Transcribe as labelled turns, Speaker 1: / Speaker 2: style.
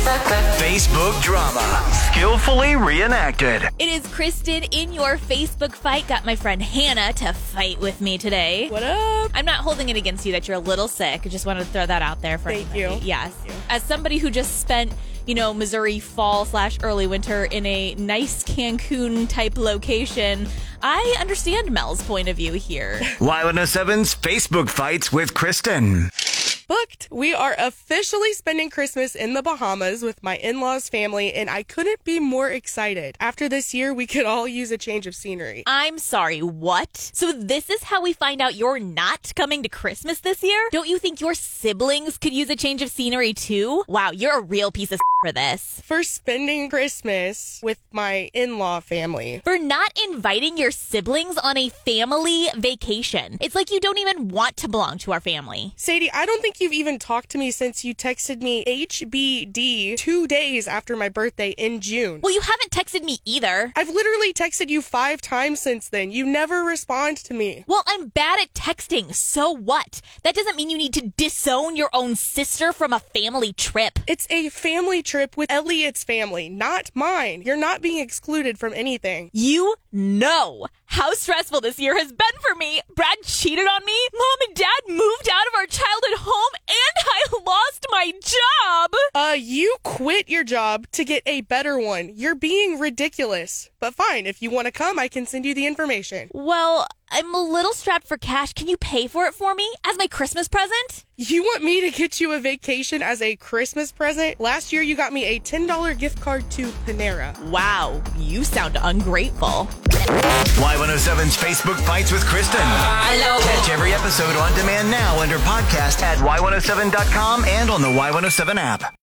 Speaker 1: Facebook drama, skillfully reenacted.
Speaker 2: It is Kristen in your Facebook fight. Got my friend Hannah to fight with me today.
Speaker 3: What up?
Speaker 2: I'm not holding it against you that you're a little sick. I just wanted to throw that out there for
Speaker 3: Thank
Speaker 2: anybody.
Speaker 3: you.
Speaker 2: Yes. As somebody who just spent, you know, Missouri fall slash early winter in a nice Cancun type location, I understand Mel's point of view here.
Speaker 1: Y107's Facebook fights with Kristen.
Speaker 3: Booked. We are officially spending Christmas in the Bahamas with my in laws' family, and I couldn't be more excited. After this year, we could all use a change of scenery.
Speaker 2: I'm sorry, what? So this is how we find out you're not coming to Christmas this year? Don't you think your siblings could use a change of scenery too? Wow, you're a real piece of for this.
Speaker 3: For spending Christmas with my in law family.
Speaker 2: For not inviting your siblings on a family vacation. It's like you don't even want to belong to our family.
Speaker 3: Sadie, I don't think you've even talked to me since you texted me HBD two days after my birthday in June.
Speaker 2: Well, you haven't texted me either.
Speaker 3: I've literally texted you five times since then. You never respond to me.
Speaker 2: Well, I'm bad at texting, so what? That doesn't mean you need to disown your own sister from a family trip.
Speaker 3: It's a family trip with Elliot's family, not mine. You're not being excluded from anything.
Speaker 2: You know how stressful this year has been for me. Brad cheated on me. Mom and dad moved out of our childhood home and I lost my job.
Speaker 3: Uh, you quit your job to get a better one. You're being ridiculous. But fine, if you want to come, I can send you the information.
Speaker 2: Well, I'm a little strapped for cash. Can you pay for it for me as my Christmas present?
Speaker 3: You want me to get you a vacation as a Christmas present? Last year, you got me a $10 gift card to Panera.
Speaker 2: Wow, you sound ungrateful.
Speaker 1: Y107's Facebook fights with Kristen. Catch every oh episode on demand now under podcast at y107.com and on the Y107 app.